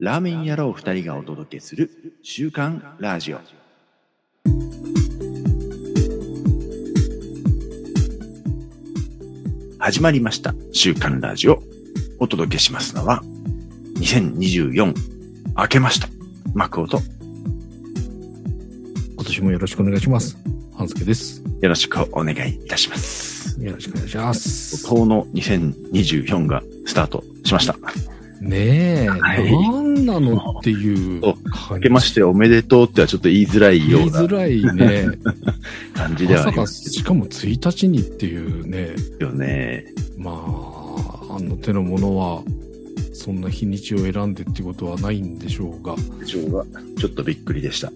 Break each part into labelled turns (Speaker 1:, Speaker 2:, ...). Speaker 1: ラーメン野郎二人がお届けする週刊ラジオ。始まりました。週刊ラジオ。お届けしますのは、2024明けました。マクオとよ
Speaker 2: 今年もよろしくお願いします。半助です。
Speaker 1: ろしくお願いいたします。
Speaker 2: よろしくお願いします。
Speaker 1: とうの2024がスタートしました。
Speaker 2: ねえ、
Speaker 1: はい
Speaker 2: 何なのっていう
Speaker 1: そう
Speaker 2: 感
Speaker 1: 明けましておめでとうってはちょっと言いづらいよ
Speaker 2: 言
Speaker 1: う
Speaker 2: いづ
Speaker 1: な
Speaker 2: らいね。
Speaker 1: 感じで
Speaker 2: ま
Speaker 1: はあ
Speaker 2: さ
Speaker 1: り
Speaker 2: か、
Speaker 1: ます
Speaker 2: しかも1日にっていうね、
Speaker 1: よね。
Speaker 2: まあ、あの手のものは、そんな日にちを選んでってことはないんでしょうが、
Speaker 1: ちょっとびっくりでした。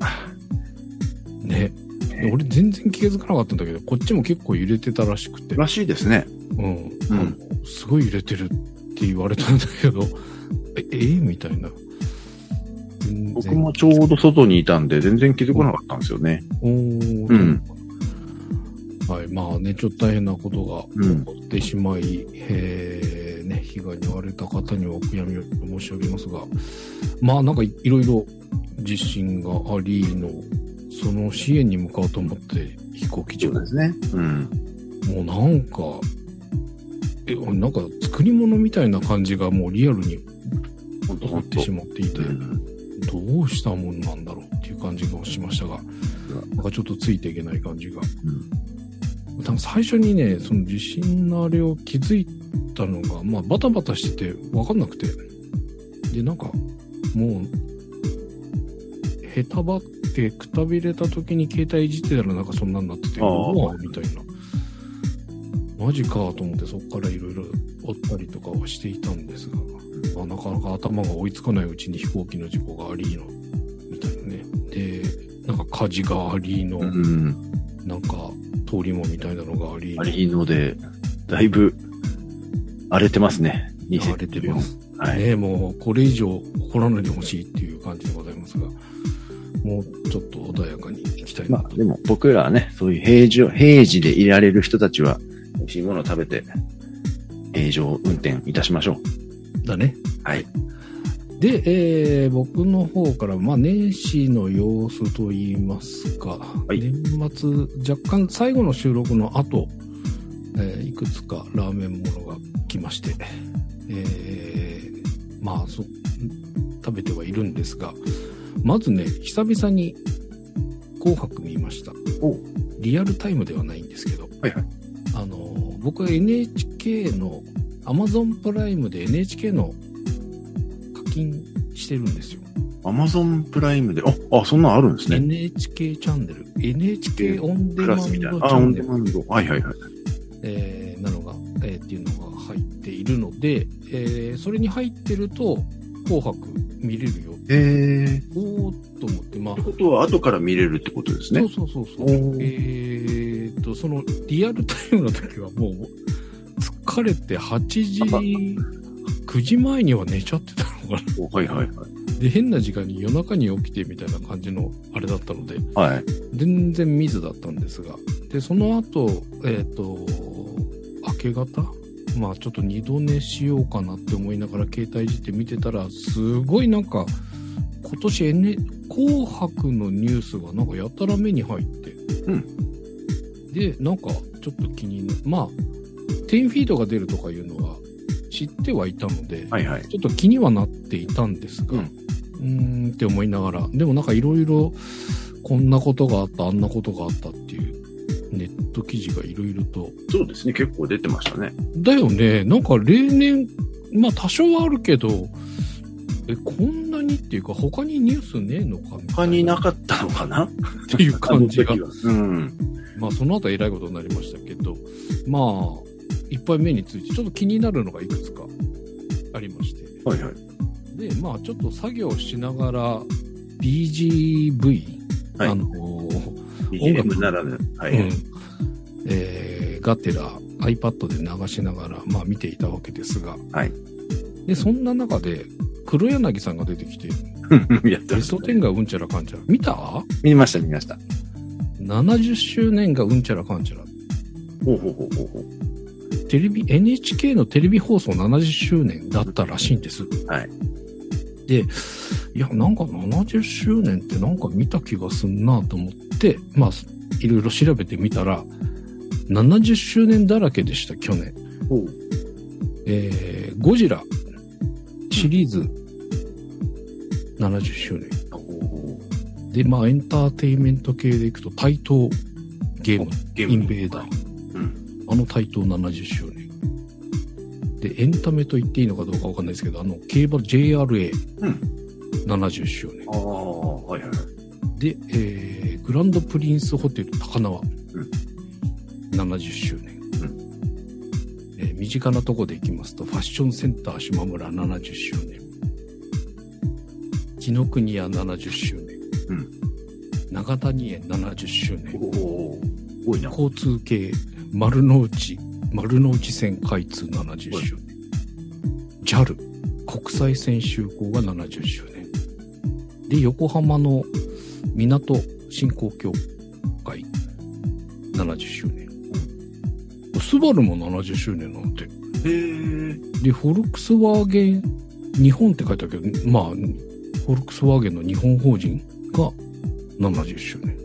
Speaker 2: ね。で俺全然気づかなかったんだけど、こっちも結構揺れてたらしくて、
Speaker 1: らしいですね。
Speaker 2: うん。
Speaker 1: うん
Speaker 2: あのすごい揺れてるって言われたんだけど、え、えみたいな。全然
Speaker 1: 僕もちょうど外にいたんで、全然気づかなかったんですよね。
Speaker 2: おー
Speaker 1: うん
Speaker 2: はい、まあね、ちょっと大変なことが
Speaker 1: うん
Speaker 2: 起こってしまい、えーね、被害に遭われた方にはお悔やみを申し上げますが、まあなんかいいろいろ地震がありの、その支援に向かおうと思って飛行機
Speaker 1: そう
Speaker 2: 場、も
Speaker 1: ですね。うん。
Speaker 2: うなんか、え、なんか作り物みたいな感じがもうリアルに
Speaker 1: 本当
Speaker 2: 起こ
Speaker 1: 本
Speaker 2: って
Speaker 1: 当
Speaker 2: しまっていて、
Speaker 1: うん
Speaker 2: どうしたもんなんだろうっていう感じがしましたが、なんかちょっとついていけない感じが。多分最初にね、その地震のあれを気づいたのが、まあバタバタしてて分かんなくて。で、なんか、もう、へたばってくたびれた時に携帯いじってたらなんかそんなんなってて、
Speaker 1: ああ
Speaker 2: うわみたいな。マジかと思ってそこからいろいろ追ったりとかはしていたんですが、まあ、なかなか頭が追いつかないうちに飛行機の事故がありの、みたいなね。で、なんか火事がありの、
Speaker 1: うん。
Speaker 2: なんか通り魔みたいなのがあり、
Speaker 1: あれいいので、だいぶ荒れてますね。
Speaker 2: 荒れてま。す。
Speaker 1: はい。
Speaker 2: ねえ、もうこれ以上起こらないでほしいっていう感じでございますが、もうちょっと穏やかにいきたいな
Speaker 1: ま
Speaker 2: と。
Speaker 1: あでも僕らはね、そういう平時を、平時でいられる人たちは、美味しいものを食べて、平常運転いたしましょう。
Speaker 2: だね。
Speaker 1: はい。
Speaker 2: で、えー僕の方から、まあ、年始の様子といいますか、
Speaker 1: い
Speaker 2: 年末、若干最後の収録の後、えーいくつかラーメンものが来まして、えーまあそ、食べてはいるんですが、まずね、久々に紅白見ました。
Speaker 1: お
Speaker 2: リアルタイムではないんですけど、
Speaker 1: はいはい
Speaker 2: あの僕は NHK の Amazon プライムで NHK の課金してるんですよ。
Speaker 1: アマゾンプライムで、あ、あ、そんなんあるんですね。
Speaker 2: NHK チャンネル、NHK オンデ
Speaker 1: ク
Speaker 2: マン
Speaker 1: ラ
Speaker 2: ド
Speaker 1: ス
Speaker 2: チ
Speaker 1: みたいな。あ、
Speaker 2: ャ
Speaker 1: オ
Speaker 2: ン
Speaker 1: ン
Speaker 2: ネ
Speaker 1: デ
Speaker 2: ル
Speaker 1: マンド。はいはいはい。
Speaker 2: えーなのが、えーっていうのが入っているので、えーそれに入ってると、紅白見れるよ。
Speaker 1: えー。
Speaker 2: おーっと思って、まあ
Speaker 1: って、ことは後から見れるってことですね。
Speaker 2: そうそうそうそう。
Speaker 1: おー
Speaker 2: えーっと、そのリアルタイムの時はもう、疲れて8時、9時前には寝ちゃってたのかな。
Speaker 1: おはいはい
Speaker 2: で、変な時間に夜中に起きてみたいな感じのあれだったので、
Speaker 1: はい。はい。
Speaker 2: 全然見ずだったんですが。で、その後、えーっと、明け方まあちょっと二度寝しようかなって思いながら携帯いじって見てたら、すごいなんか、今年、N、紅白のニュースがなんかやたら目に入って。
Speaker 1: うん
Speaker 2: で、なんかちょっと気になまあ、10フィートが出るとかいうのは知ってはいたので、
Speaker 1: はいはい。
Speaker 2: ちょっと気にはなっていたんですが、
Speaker 1: う
Speaker 2: うんん、ーんって思いながら、でもなんかいろいろこんなことがあった、あんなことがあったっていうネット記事がいろいろと。
Speaker 1: そうですね。結構出てましたね。
Speaker 2: だよね、なんか例年、まあ多少はあるけど、え、こんなにっていうか他にニュースねえのかみたいな。
Speaker 1: 他になかったのかな っ
Speaker 2: っていう感じが。
Speaker 1: うん。
Speaker 2: まあその後は偉いことになりましたけど、まあ、いっぱい目について、ちょっと気になるのがいくつかありまして。
Speaker 1: はいはい。
Speaker 2: でまあちょっと作業しながら BGV、
Speaker 1: はい
Speaker 2: あのー
Speaker 1: BGM ならぬ。は
Speaker 2: う
Speaker 1: い
Speaker 2: ん。えーガテラ iPad で流しながら、まあ、見ていたわけですが、
Speaker 1: はい
Speaker 2: でそんな中で黒柳さんが出てきて
Speaker 1: やって
Speaker 2: ベ
Speaker 1: ま
Speaker 2: ス
Speaker 1: す
Speaker 2: ト10がうんちゃらかんちゃら見た
Speaker 1: 見ました見ました。
Speaker 2: ?70 周年がうんちゃらかんちゃら
Speaker 1: ほうほうほうほうほう。
Speaker 2: テレビ NHK のテレビ放送70周年だったらしいんです。
Speaker 1: はい。
Speaker 2: で、いや、なんか70周年ってなんか見た気がすんなと思って、まあ、いろいろ調べてみたら、70周年だらけでした、去年。
Speaker 1: おう
Speaker 2: えー、ゴジラシリーズ70周年。
Speaker 1: おー
Speaker 2: で、まあ、エンターテインメント系でいくと、対等ゲーム、
Speaker 1: ゲ
Speaker 2: インベーダー。
Speaker 1: うん。
Speaker 2: あの対等70周年。で、エンタメと言っていいのかどうかわかんないですけど、あの、競馬 JRA70
Speaker 1: うん。
Speaker 2: 周年。
Speaker 1: ああ、はいはい。
Speaker 2: で、えーグランドプリンスホテル高輪、
Speaker 1: ん
Speaker 2: 70周年、えー身近なとこで行きますとファッションセンター島村70周年紀ノ国屋70周年、
Speaker 1: うん
Speaker 2: 長谷園70周年
Speaker 1: おおー多いな。
Speaker 2: 交通系丸の内丸の内線開通70周年 JAL 国際線就航が70周年で横浜の港振興協会70周年スバルも70周年なんて
Speaker 1: へえ。
Speaker 2: でフォルクスワーゲン日本って書いてあるけどまあフォルクスワーゲンの日本法人が70周年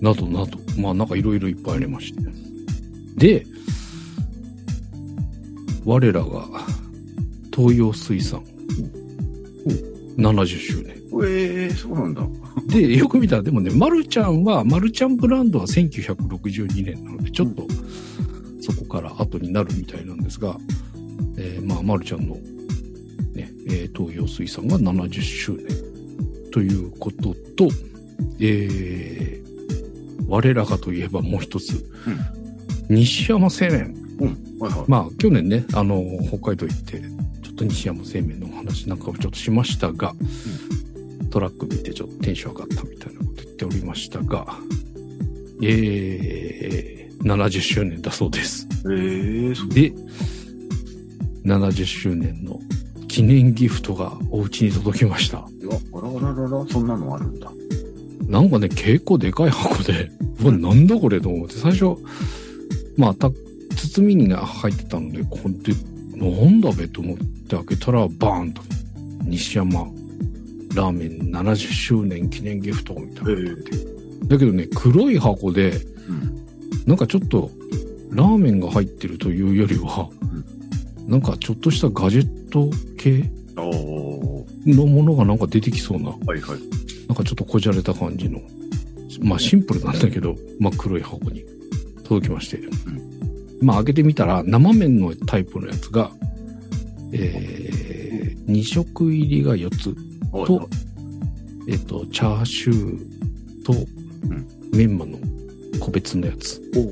Speaker 2: などなどまあなんかいろいろいっぱいありましてで我らが東洋水産70周年
Speaker 1: ええ、そうなんだ。
Speaker 2: でよく見たらでもね、ま、るちゃんはまるちゃんブランドは1962年なのでちょっとそこから後になるみたいなんですが、えーまあ、まるちゃんの、ねえー東洋水産が70周年ということと、えー我らがといえばもう一つ、西山青年
Speaker 1: うん。はいはい。
Speaker 2: まあ、去年ね、あの、北海道行って、ちょっと西山製麺のお話なんかをちょっとしましたが、トラック見てちょっとテンション上がったみたいなこと言っておりましたが、えー、70周年だそうです。
Speaker 1: ええ、そう。
Speaker 2: で、70周年の記念ギフトがお家に届きました。
Speaker 1: あらあららら、そんなのあるんだ。
Speaker 2: なんかね、結構でかい箱で、 うわ、なんだこれと思って、最初、まあ、た包みにね入ってたので、これ、なんだべと思って開けたら、バーンと、西山ラーメン70周年記念ギフトみたいなのがあって。だけどね、黒い箱で、
Speaker 1: うん。
Speaker 2: なんかちょっと、ラーメンが入ってるというよりは、なんかちょっとしたガジェット系
Speaker 1: ああ、は
Speaker 2: のものがなんか出てきそうない
Speaker 1: はい。
Speaker 2: なんかちょっとこじゃれた感じの、まあシンプルなんだけど、まあ黒い箱に届きまして。まあ開けてみたら生麺のタイプのやつが、えー、2色入りが4つ、
Speaker 1: はい
Speaker 2: とえっ、と、チャーシューと
Speaker 1: ん
Speaker 2: メンマの個別のやつ
Speaker 1: おお。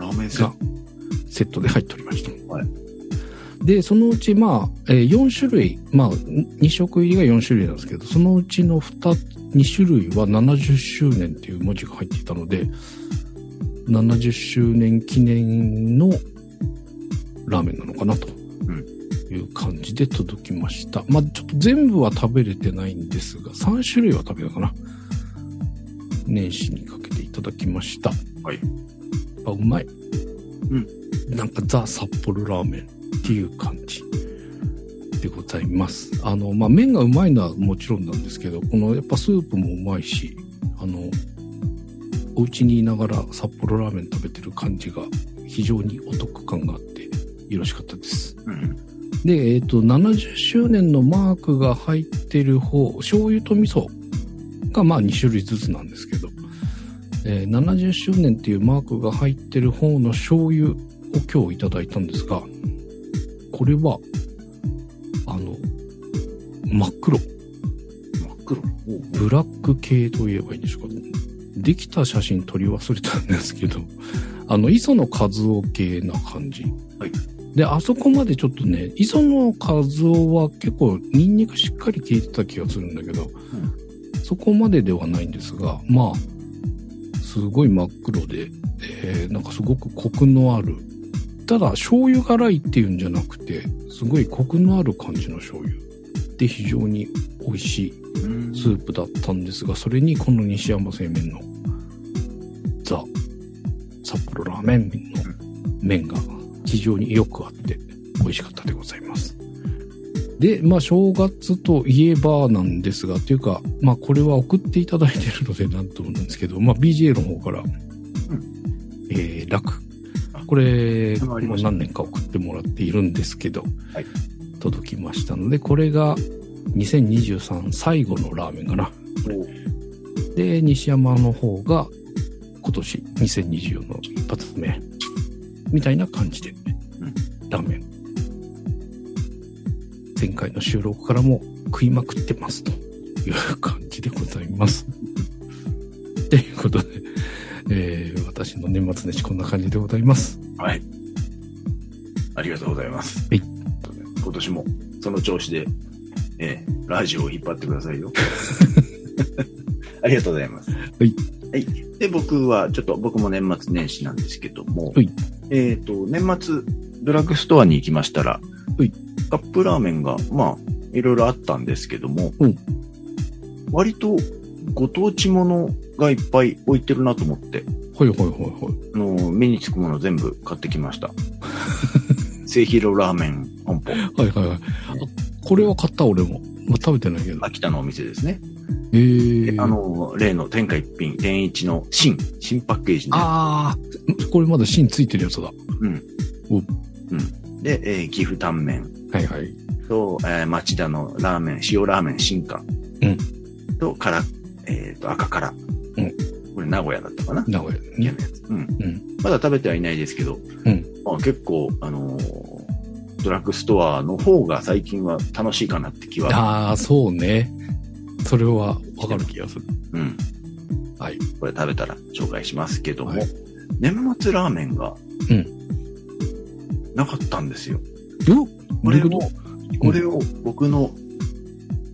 Speaker 1: ラーメン
Speaker 2: が
Speaker 1: さ
Speaker 2: セットで入っておりました。
Speaker 1: はい
Speaker 2: で、そのうちまあ、えー4種類、まあ2色入りが4種類なんですけど、そのうちの2つ、2種類は70周年っていう文字が入っていたので、70周年記念のラーメンなのかなと
Speaker 1: ん
Speaker 2: いう感じで届きました。まあちょっと全部は食べれてないんですが、3種類は食べたかな。年始にかけていただきました。
Speaker 1: はい
Speaker 2: やっぱうまい。
Speaker 1: う
Speaker 2: なんかザ・札幌ラーメンっていう感じでございます。あの、まあ麺がうまいのはもちろんなんですけど、このやっぱスープもうまいし、あの、お家にいながら札幌ラーメン食べてる感じが非常にお得感があってよろしかったです。
Speaker 1: うん。
Speaker 2: で、えっ、と、70周年のマークが入ってる方、醤油と味噌がまあ2種類ずつなんですけど、えー70周年っていうマークが入ってる方の醤油を今日いただいたんですが、これは、あの、真っ黒。
Speaker 1: 真っ黒。おう
Speaker 2: ブラック系と言えばいいんでしょうか。できた写真撮り忘れたんですけど、 あの、磯野和夫系な感じ。
Speaker 1: はい
Speaker 2: で、あそこまでちょっとね、磯野和夫は結構ニンニクしっかり効いてた気がするんだけど、そこまでではないんですが、まあ、すごい真っ黒で、えーなんかすごくコクのある、ただ醤油辛いっていうんじゃなくて、すごいコクのある感じの醤油。で、非常に美味しい
Speaker 1: うん
Speaker 2: スープだったんですが、それにこの西山製麺のザ・札幌ラーメンの麺が非常によくあって美味しかったでございます。で、まあ、正月といえばなんですが、というか、まあ、これは送っていただいてるので、なんともなんですけど、まあ、BGA の方から、えー、楽
Speaker 1: あ。
Speaker 2: これ、
Speaker 1: ああり
Speaker 2: も
Speaker 1: ま
Speaker 2: う
Speaker 1: した
Speaker 2: 何年か送ってもらっているんですけど、
Speaker 1: はい
Speaker 2: 届きましたので、これが2023最後のラーメンかな。で、西山の方が今年2024の一発目みたいな感じで、ラーメン。前回の収録からも食いまくってますという感じでございます。 ということで、えー私の年末年始こんな感じでございます。
Speaker 1: はい。ありがとうございます。
Speaker 2: はい。
Speaker 1: 今年もその調子で、えーラジオを引っ張ってくださいよ。ありがとうございます。はいはい。で、僕は、ちょっと僕も年末年始なんですけども、
Speaker 2: はい
Speaker 1: えっ、と、年末、ドラッグストアに行きましたら、
Speaker 2: はい
Speaker 1: カップラーメンが、まあ、いろいろあったんですけども、
Speaker 2: うん
Speaker 1: 割とご当地ものがいっぱい置いてるなと思って、
Speaker 2: ほいほいほいほい。
Speaker 1: あの目につくもの全部買ってきま した。セイヒロラーメン本舗、
Speaker 2: はいはいはい。あこれは買った俺も。まあ、食べてないけど。
Speaker 1: 秋田のお店ですね。
Speaker 2: え
Speaker 1: で
Speaker 2: ー、
Speaker 1: あの、例の天下一品、天一の新、新パッケージの
Speaker 2: あーこれまだ芯ついてるやつだ。
Speaker 1: で、えー岐阜タンメン
Speaker 2: はいはい。
Speaker 1: と、えー町田のラーメン、塩ラーメン新館、と、から、えっ、と、赤から、
Speaker 2: うん
Speaker 1: これ名古屋だったかな
Speaker 2: 名古屋で
Speaker 1: 家
Speaker 2: ね。
Speaker 1: のやつ。うん。
Speaker 2: ん
Speaker 1: まだ食べてはいないですけど、
Speaker 2: ん
Speaker 1: まあ、結構、あのードラッグストアの方が最近は楽しいかなって気は
Speaker 2: ああ、そうね。それはわかる気がする。
Speaker 1: うん。
Speaker 2: はい。
Speaker 1: これ食べたら紹介しますけども、
Speaker 2: はい
Speaker 1: 年末ラーメンが、
Speaker 2: うん
Speaker 1: なかったんですよ。
Speaker 2: よ
Speaker 1: これ
Speaker 2: どういう
Speaker 1: を
Speaker 2: こ、
Speaker 1: これを僕の、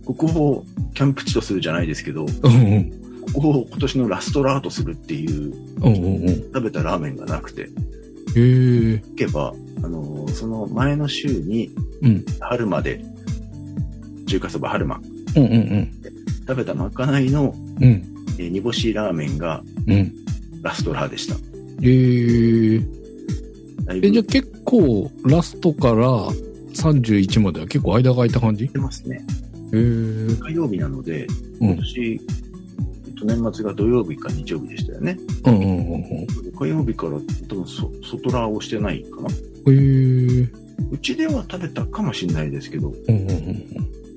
Speaker 1: ここをキャンプ地とするじゃないですけど、こと
Speaker 2: うんうん。
Speaker 1: こを今年のラストラーとするっていう、
Speaker 2: うんうんうん。へ
Speaker 1: 食べたラーメンがなくて、
Speaker 2: え。
Speaker 1: 行けば、あのーその前の週に、
Speaker 2: うん。
Speaker 1: 春まで、中華そば春間、
Speaker 2: うんうん
Speaker 1: 食べたまかないの、
Speaker 2: うん。うん。
Speaker 1: えー煮干しラーメンが
Speaker 2: うん。
Speaker 1: ラストラーでした。
Speaker 2: へえ。
Speaker 1: だいぶ
Speaker 2: え、じゃ
Speaker 1: 出
Speaker 2: あ結構、ラストから31までは結構間が空いた感じへ
Speaker 1: てますね。
Speaker 2: え。
Speaker 1: 火曜日なので、
Speaker 2: うん
Speaker 1: 今年、えっと年末が土曜日か日曜日でしたよね。
Speaker 2: うんうんうん
Speaker 1: 火曜日から多分そ外ラーをしてないかな。
Speaker 2: うん。へえ。
Speaker 1: うちでは食べたかもしれないですけど、
Speaker 2: うんうんうん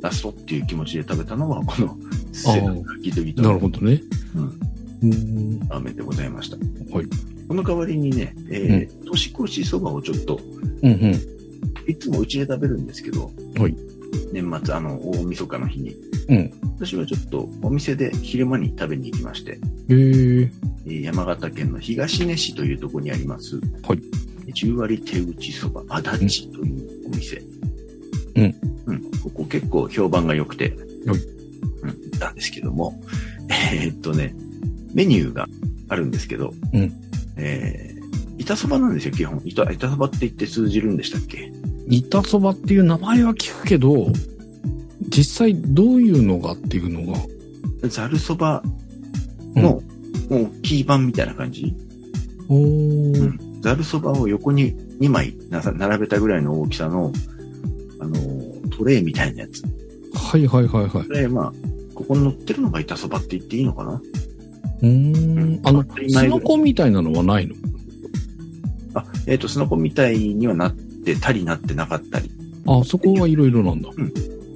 Speaker 1: ラストっていう気持ちで食べたのは、この、
Speaker 2: ああ
Speaker 1: セナギトギ
Speaker 2: う
Speaker 1: ト
Speaker 2: ん。なる
Speaker 1: の
Speaker 2: ほどね。
Speaker 1: うん
Speaker 2: うん。
Speaker 1: ラーメンでございました。
Speaker 2: はい。
Speaker 1: この代わりにね、えー年越しそばをちょっと、
Speaker 2: うんうん。
Speaker 1: いつもうちで食べるんですけど、
Speaker 2: はい
Speaker 1: 年末、あの、大晦日の日に、
Speaker 2: うん
Speaker 1: 私はちょっとお店で昼間に食べに行きまして、
Speaker 2: へえ。
Speaker 1: えー山形県の東根市というところにあります、
Speaker 2: はい
Speaker 1: 10割手打ちそば足立というお店、
Speaker 2: うん
Speaker 1: うんここ結構評判が良くて、
Speaker 2: はい
Speaker 1: うん、行ったんですけども、 えーっとね、メニューがあるんですけど、
Speaker 2: うん
Speaker 1: えー板そばなんですよ、基本。板板そばって言って通じるんでしたっけ
Speaker 2: 板そばっていう名前は聞くけど、実際どういうのがっていうのが、
Speaker 1: ざるそばの、もう大きい版みたいな感じ
Speaker 2: おー、
Speaker 1: うんざるそばを横に2枚なさ並べたぐらいの大きさの、あのートレイみたいなやつ。
Speaker 2: はいはいはいはい。
Speaker 1: これ、まあ、ここに乗ってるのが板そばって言っていいのかな
Speaker 2: うーん。あの
Speaker 1: 当た、り前ぐ
Speaker 2: す
Speaker 1: ら
Speaker 2: の
Speaker 1: い
Speaker 2: こみたいなのはないの
Speaker 1: あ、えっ、と、スノコみたいにはなってたりなってなかったり。
Speaker 2: あ、そこはいろいろなんだ。
Speaker 1: うん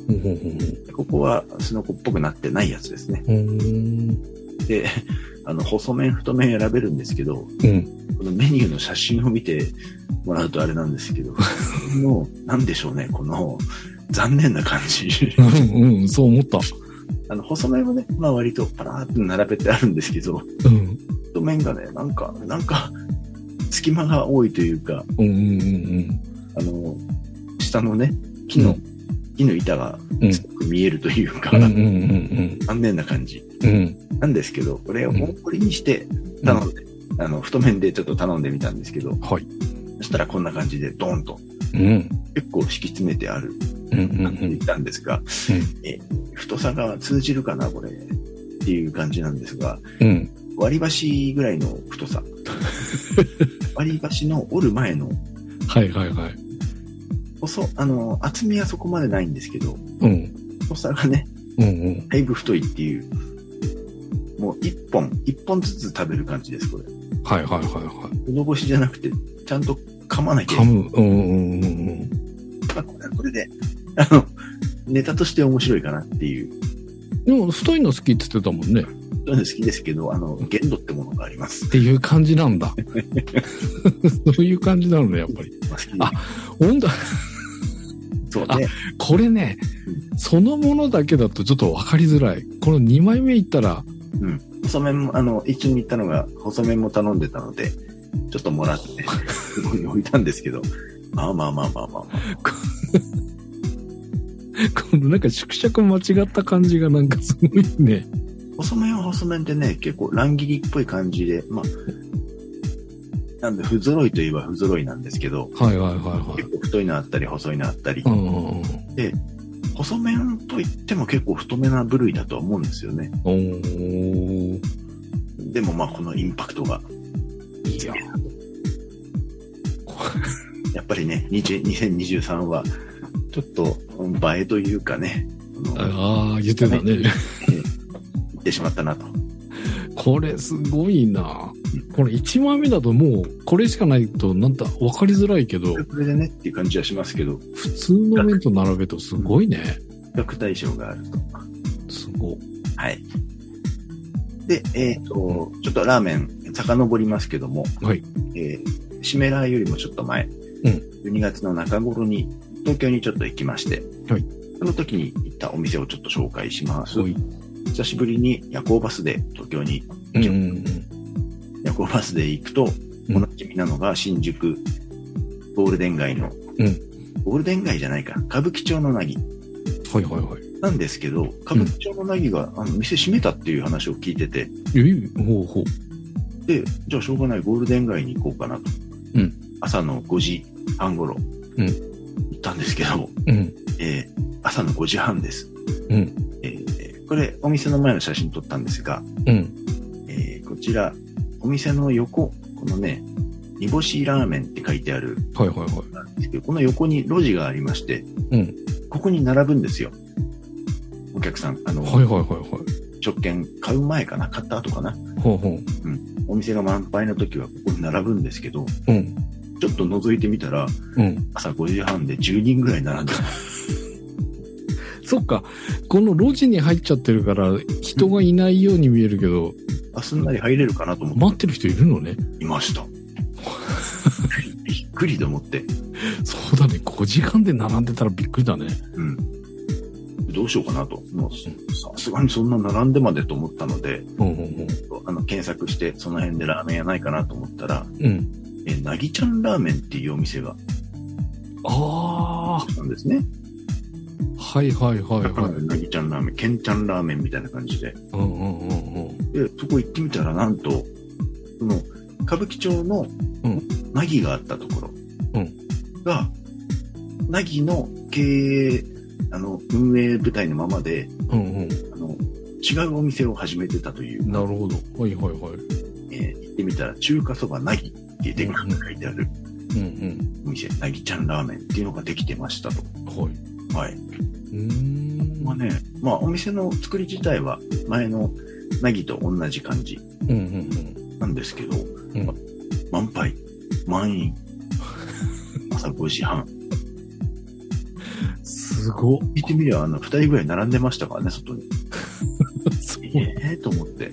Speaker 2: ほうほうほうほう。
Speaker 1: ここはスノコっぽくなってないやつですね。
Speaker 2: うーん。
Speaker 1: で、 あの、細麺、太麺選べるんですけど、
Speaker 2: うん。
Speaker 1: このメニューの写真を見てもらうとあれなんですけど、もう、なんでしょうね、この、残念な感じ。
Speaker 2: うん、うん、そう思った。
Speaker 1: あの、細麺もね、まあ割とパラーっと並べてあるんですけど、
Speaker 2: うん。
Speaker 1: 太麺がね、なんか、なんか、隙間が多いというか、
Speaker 2: うんうんうん
Speaker 1: あの、下のね、木の、
Speaker 2: う
Speaker 1: 木の板が
Speaker 2: うん
Speaker 1: すごく見えるというか、
Speaker 2: うん。うんうんうん
Speaker 1: 残念な感じ
Speaker 2: うん。うん。
Speaker 1: なんですけど、これを大盛りにして頼んで、あの、太麺でちょっと頼んでみたんですけど、
Speaker 2: はい。
Speaker 1: そしたらこんな感じでドーンと
Speaker 2: うん。
Speaker 1: 結構敷き詰めてある
Speaker 2: うんうんう
Speaker 1: 感じでい
Speaker 2: ん。
Speaker 1: たんですが、え太さが通じるかな、これ。っていう感じなんですが、
Speaker 2: うん。
Speaker 1: 割り箸ぐらいの太 さ。割り箸の折る前の
Speaker 2: はいはいはい。
Speaker 1: 細、あの、厚みはそこまでないんですけど、
Speaker 2: うん。
Speaker 1: 太さがね、
Speaker 2: うんうん。
Speaker 1: だいぶ太いっていう。もう一本、一本ずつ食べる感じです、これ。
Speaker 2: はいはいはいは。
Speaker 1: 喉越しじゃなくて、ちゃんと噛まないきゃ
Speaker 2: 噛む。うんうんうんうん。
Speaker 1: まあこれはこれで、あの、ネタとして面白いかなっていう。
Speaker 2: でも太いの好きって言ってたもんね。っ
Speaker 1: そういうの好きですけど、あの、限度ってものがあります。
Speaker 2: ていう感じなんだ。 そういう感じなのね、やっぱり。
Speaker 1: まあ好き
Speaker 2: あ温度、
Speaker 1: そう
Speaker 2: あ
Speaker 1: ね。
Speaker 2: これね、そのものだけだとちょっと分かりづらい。この2枚目いったら、
Speaker 1: 細麺も、あの、一緒に行ったのが、細麺も頼んでたので、ちょっともら って、そこに置いたんですけど、まあまあまあまあまあ、まあ、
Speaker 2: このなんか縮尺間違った感じがなんかすごいね。
Speaker 1: 細麺は細麺でね、結構乱切りっぽい感じで、まあ、なんで、不揃いといえば不揃いなんですけど、
Speaker 2: はいはいはいはい
Speaker 1: 結。構太いのあったり、細いのあったり
Speaker 2: う、んうんうん。
Speaker 1: 細麺といっても結構太めな部類だとは思うんですよね。
Speaker 2: おー。
Speaker 1: でもまあ、このインパクトが
Speaker 2: いや。
Speaker 1: やっぱりね、20 2023は、ちょっとうん映えというかね、あの
Speaker 2: ああ、言ってた ね。
Speaker 1: 行ってしまったなと。
Speaker 2: これすごいな。これ1枚目だともう、これしかないとなんだ分かりづらいけど
Speaker 1: これ、これでねっていう感じはしますけど、比
Speaker 2: 普通の面と並べるとすごいね。
Speaker 1: 較対象があると。
Speaker 2: すごい。
Speaker 1: はい。で、えっ、と、ちょっとラーメン遡りますけども、
Speaker 2: はい
Speaker 1: えーシメラーよりもちょっと前、12月の中頃に東京にちょっと行きまして、
Speaker 2: はい
Speaker 1: その時に行ったお店をちょっと紹介します。
Speaker 2: い。
Speaker 1: 久しぶりに夜行バスで東京に
Speaker 2: うんうん
Speaker 1: 夜行バスで行くと、
Speaker 2: うん
Speaker 1: おなじみなのが新宿ゴールデン街の、
Speaker 2: ん
Speaker 1: ゴールデン街じゃないか、歌舞伎町のなぎ
Speaker 2: うん。はいはいはい。
Speaker 1: なんですけど、歌舞伎町のなぎが、あの店閉めたっていう話を聞いてて、
Speaker 2: え、ほうほう。
Speaker 1: で、じゃあしょうがないゴールデン街に行こうかなと。
Speaker 2: うん
Speaker 1: 朝の5時半頃、
Speaker 2: うん
Speaker 1: 行ったんですけど、
Speaker 2: うん。
Speaker 1: えー朝の5時半です。
Speaker 2: うん
Speaker 1: えーこれ、お店の前の写真撮ったんですが、
Speaker 2: うん。
Speaker 1: えーこちら、お店の横、このね、煮干しラーメンって書いてある
Speaker 2: はいはいはい。
Speaker 1: なんですけど、この横に路地がありまして、
Speaker 2: うん
Speaker 1: ここに並ぶんですよ。お客さん、あの、
Speaker 2: はいはいはいはい。
Speaker 1: 食券買う前かな、買った後かな。
Speaker 2: ほうほ
Speaker 1: お店が満杯の時はここに並ぶんですけど、
Speaker 2: う。うん。
Speaker 1: ちょっと覗いてみたら、
Speaker 2: うん。
Speaker 1: 朝5時半で10人ぐらい並んでた。
Speaker 2: そっか。この路地に入っちゃってるから、人がいないように見えるけど、
Speaker 1: あ、すんなり入れるかなと思っ
Speaker 2: 待ってる人いるのね。
Speaker 1: ていました。 びっくりと思って、
Speaker 2: そうだね。5時間で並んでたらびっくりだね。
Speaker 1: うん。どうしようかなと。もう、さすがにそんな並んでまでと思ったので、
Speaker 2: うんうん
Speaker 1: あの、検索して、その辺でラーメン屋ないかなと思ったら、
Speaker 2: うん。うん。
Speaker 1: え、なぎちゃんラーメンっていうお店があ
Speaker 2: あ
Speaker 1: ったんですね。
Speaker 2: あ。はいはいはい
Speaker 1: だから、
Speaker 2: はい。
Speaker 1: なぎちゃんラーメン、けんちゃんラーメンみたいな感じで。
Speaker 2: うんうんうんうん。
Speaker 1: で、そこ行ってみたら、なんと、その、歌舞伎町の
Speaker 2: うん、
Speaker 1: なぎがあったとこ
Speaker 2: う
Speaker 1: ろが、なぎの経営、あの、運営部隊のままで、
Speaker 2: うん
Speaker 1: あの、違うお店を始めてたという
Speaker 2: う、ん。なるほど。はいはいはい。
Speaker 1: えー行ってみたら、中華そばなぎってでかく書いてある
Speaker 2: うん
Speaker 1: お店、なぎちゃんラーメンっていうのができてましたと。
Speaker 2: うん。はい。
Speaker 1: はい。
Speaker 2: うーん。
Speaker 1: まあね、まあお店の作り自体は前のなぎと同じ感じ
Speaker 2: うんうん
Speaker 1: なんですけど、
Speaker 2: ん
Speaker 1: ま満杯、満 員、朝5時半。
Speaker 2: うん。すごっ。
Speaker 1: 行ってみれば、あの、2人ぐらい並んでましたからね、外に。
Speaker 2: そう
Speaker 1: ええと思って。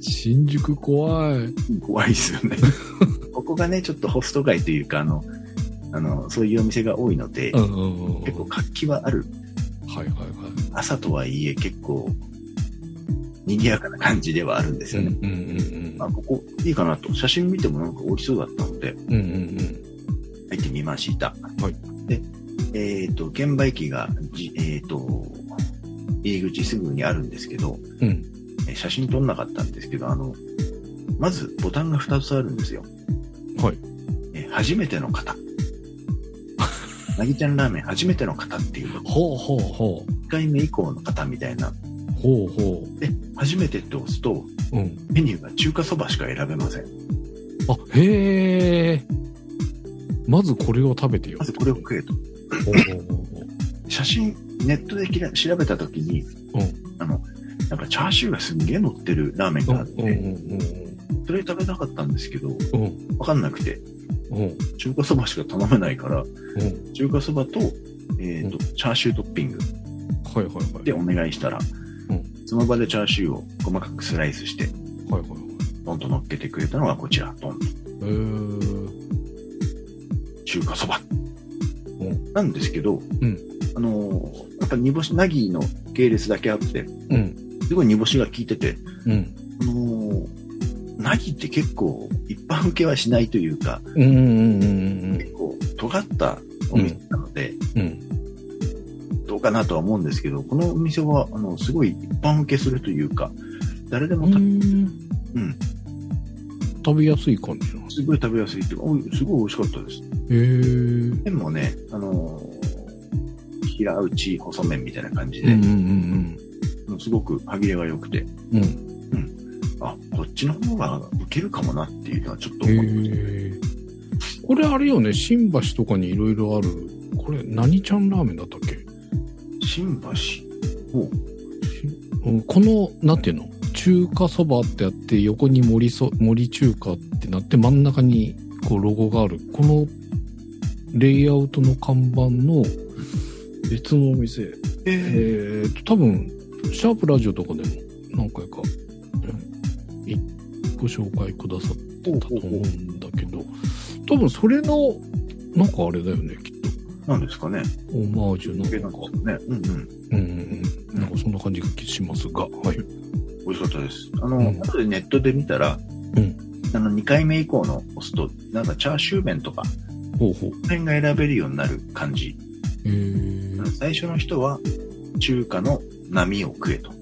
Speaker 2: 新宿怖い。
Speaker 1: 怖いですよ ね。ここがね、ちょっとホスト街というか、あの、あの、そういうお店が多いので、
Speaker 2: うんうんうん。
Speaker 1: 結構活気はある。
Speaker 2: はいはいはい。
Speaker 1: 朝とはいえ結構、賑やかな感じではあるんですよね。
Speaker 2: うんうん
Speaker 1: まあ、ここいいかなと。写真見てもなんか美味しそうだったので、
Speaker 2: うん。うんうん
Speaker 1: 入ってみました。
Speaker 2: い
Speaker 1: で、えっ、と、券売機がじ、えっ、と、入り口すぐにあるんですけど、
Speaker 2: うん。うん。
Speaker 1: え写真撮んなかったんですけど、あの、まずボタンが2つあるんですよ。
Speaker 2: はい。
Speaker 1: え初めての 方。なぎちゃんラーメン初めての方っていう、
Speaker 2: ほうほうほ
Speaker 1: 1回目以降の方みたいな。
Speaker 2: う。ほうほ
Speaker 1: で、初めてって押すと、
Speaker 2: う。うん。
Speaker 1: メニューが中華そばしか選べません。
Speaker 2: あ、へえ。まずこれを食べてよ
Speaker 1: まずこれを食えと。
Speaker 2: おうおうおう
Speaker 1: 写真、ネットできら調べたときに、
Speaker 2: うん
Speaker 1: あの、なんかチャーシューがすんげえ乗ってるラーメンがあって、
Speaker 2: うんうん
Speaker 1: それ食べたかったんですけど、
Speaker 2: うんうん
Speaker 1: わかんなくて、
Speaker 2: うんうん
Speaker 1: 中華そばしか頼めないから、
Speaker 2: うん
Speaker 1: 中華そばと、えっ、と、チャーシュートッピング
Speaker 2: はいはいはい
Speaker 1: でお願いしたら、
Speaker 2: うん
Speaker 1: その場でチャーシューを細かくスライスして、
Speaker 2: はいはいはい
Speaker 1: ドンと乗っけてくれたのがこちら、ドンと
Speaker 2: えー、
Speaker 1: 中華そば
Speaker 2: うん
Speaker 1: なんですけど、
Speaker 2: ん
Speaker 1: あのーやっぱ煮干し、なぎの系列だけあって、
Speaker 2: うん
Speaker 1: すごい煮干しが効いてて、
Speaker 2: うん
Speaker 1: あのーなぎって結構一般受けはしないというか、
Speaker 2: うんうんうん
Speaker 1: 結構尖ったお店なので、
Speaker 2: うんうん
Speaker 1: どうかなとは思うんですけど、このお店は、あの、すごい一般受けするというか、誰でも食べ、
Speaker 2: うん
Speaker 1: うん、
Speaker 2: 食べやすい感じなんです
Speaker 1: すごい食べやすいっていうか、おいすごい美味しかったです。
Speaker 2: へえー、
Speaker 1: 麺もね、あのー平打ち細麺みたいな感じ
Speaker 2: うん
Speaker 1: で
Speaker 2: う、ん
Speaker 1: もうすごく歯切れが良くて、
Speaker 2: うんうんうん
Speaker 1: あ、こっちの方が受けるかもなっていうのはちょっと
Speaker 2: へえ
Speaker 1: 思って、
Speaker 2: ー、これあれよね新橋とかにいろいろあるこれ何ちゃんラーメンだったっけ
Speaker 1: 新橋を、
Speaker 2: うんこの、なんていうの中華そばってあって、横に森そ、森中華ってなって、真ん中に、こう、ロゴがある。この、レイアウトの看板の、別のお店。
Speaker 1: え
Speaker 2: え
Speaker 1: ー
Speaker 2: ーと、多分、シャープラジオとかでも、何回か、うんいご紹介くださってたと思うんだけど、多分それの、なんかあれだよね、きっと。
Speaker 1: なんですかね。
Speaker 2: オマージュ
Speaker 1: 受けな
Speaker 2: な
Speaker 1: ん
Speaker 2: の
Speaker 1: で
Speaker 2: か
Speaker 1: す。かね。うんうん。
Speaker 2: うんうんうん。なんかそんな感じがしますが、はい。
Speaker 1: 美味しかったです。あの、
Speaker 2: うん
Speaker 1: 後でネットで見たら、
Speaker 2: うん
Speaker 1: あの、2回目以降の押すと、なんかチャーシュー麺とか、こ
Speaker 2: ほうほう。
Speaker 1: の辺が選べるようになる感じ。
Speaker 2: えー、
Speaker 1: 最初の人は、中華の波を食えと。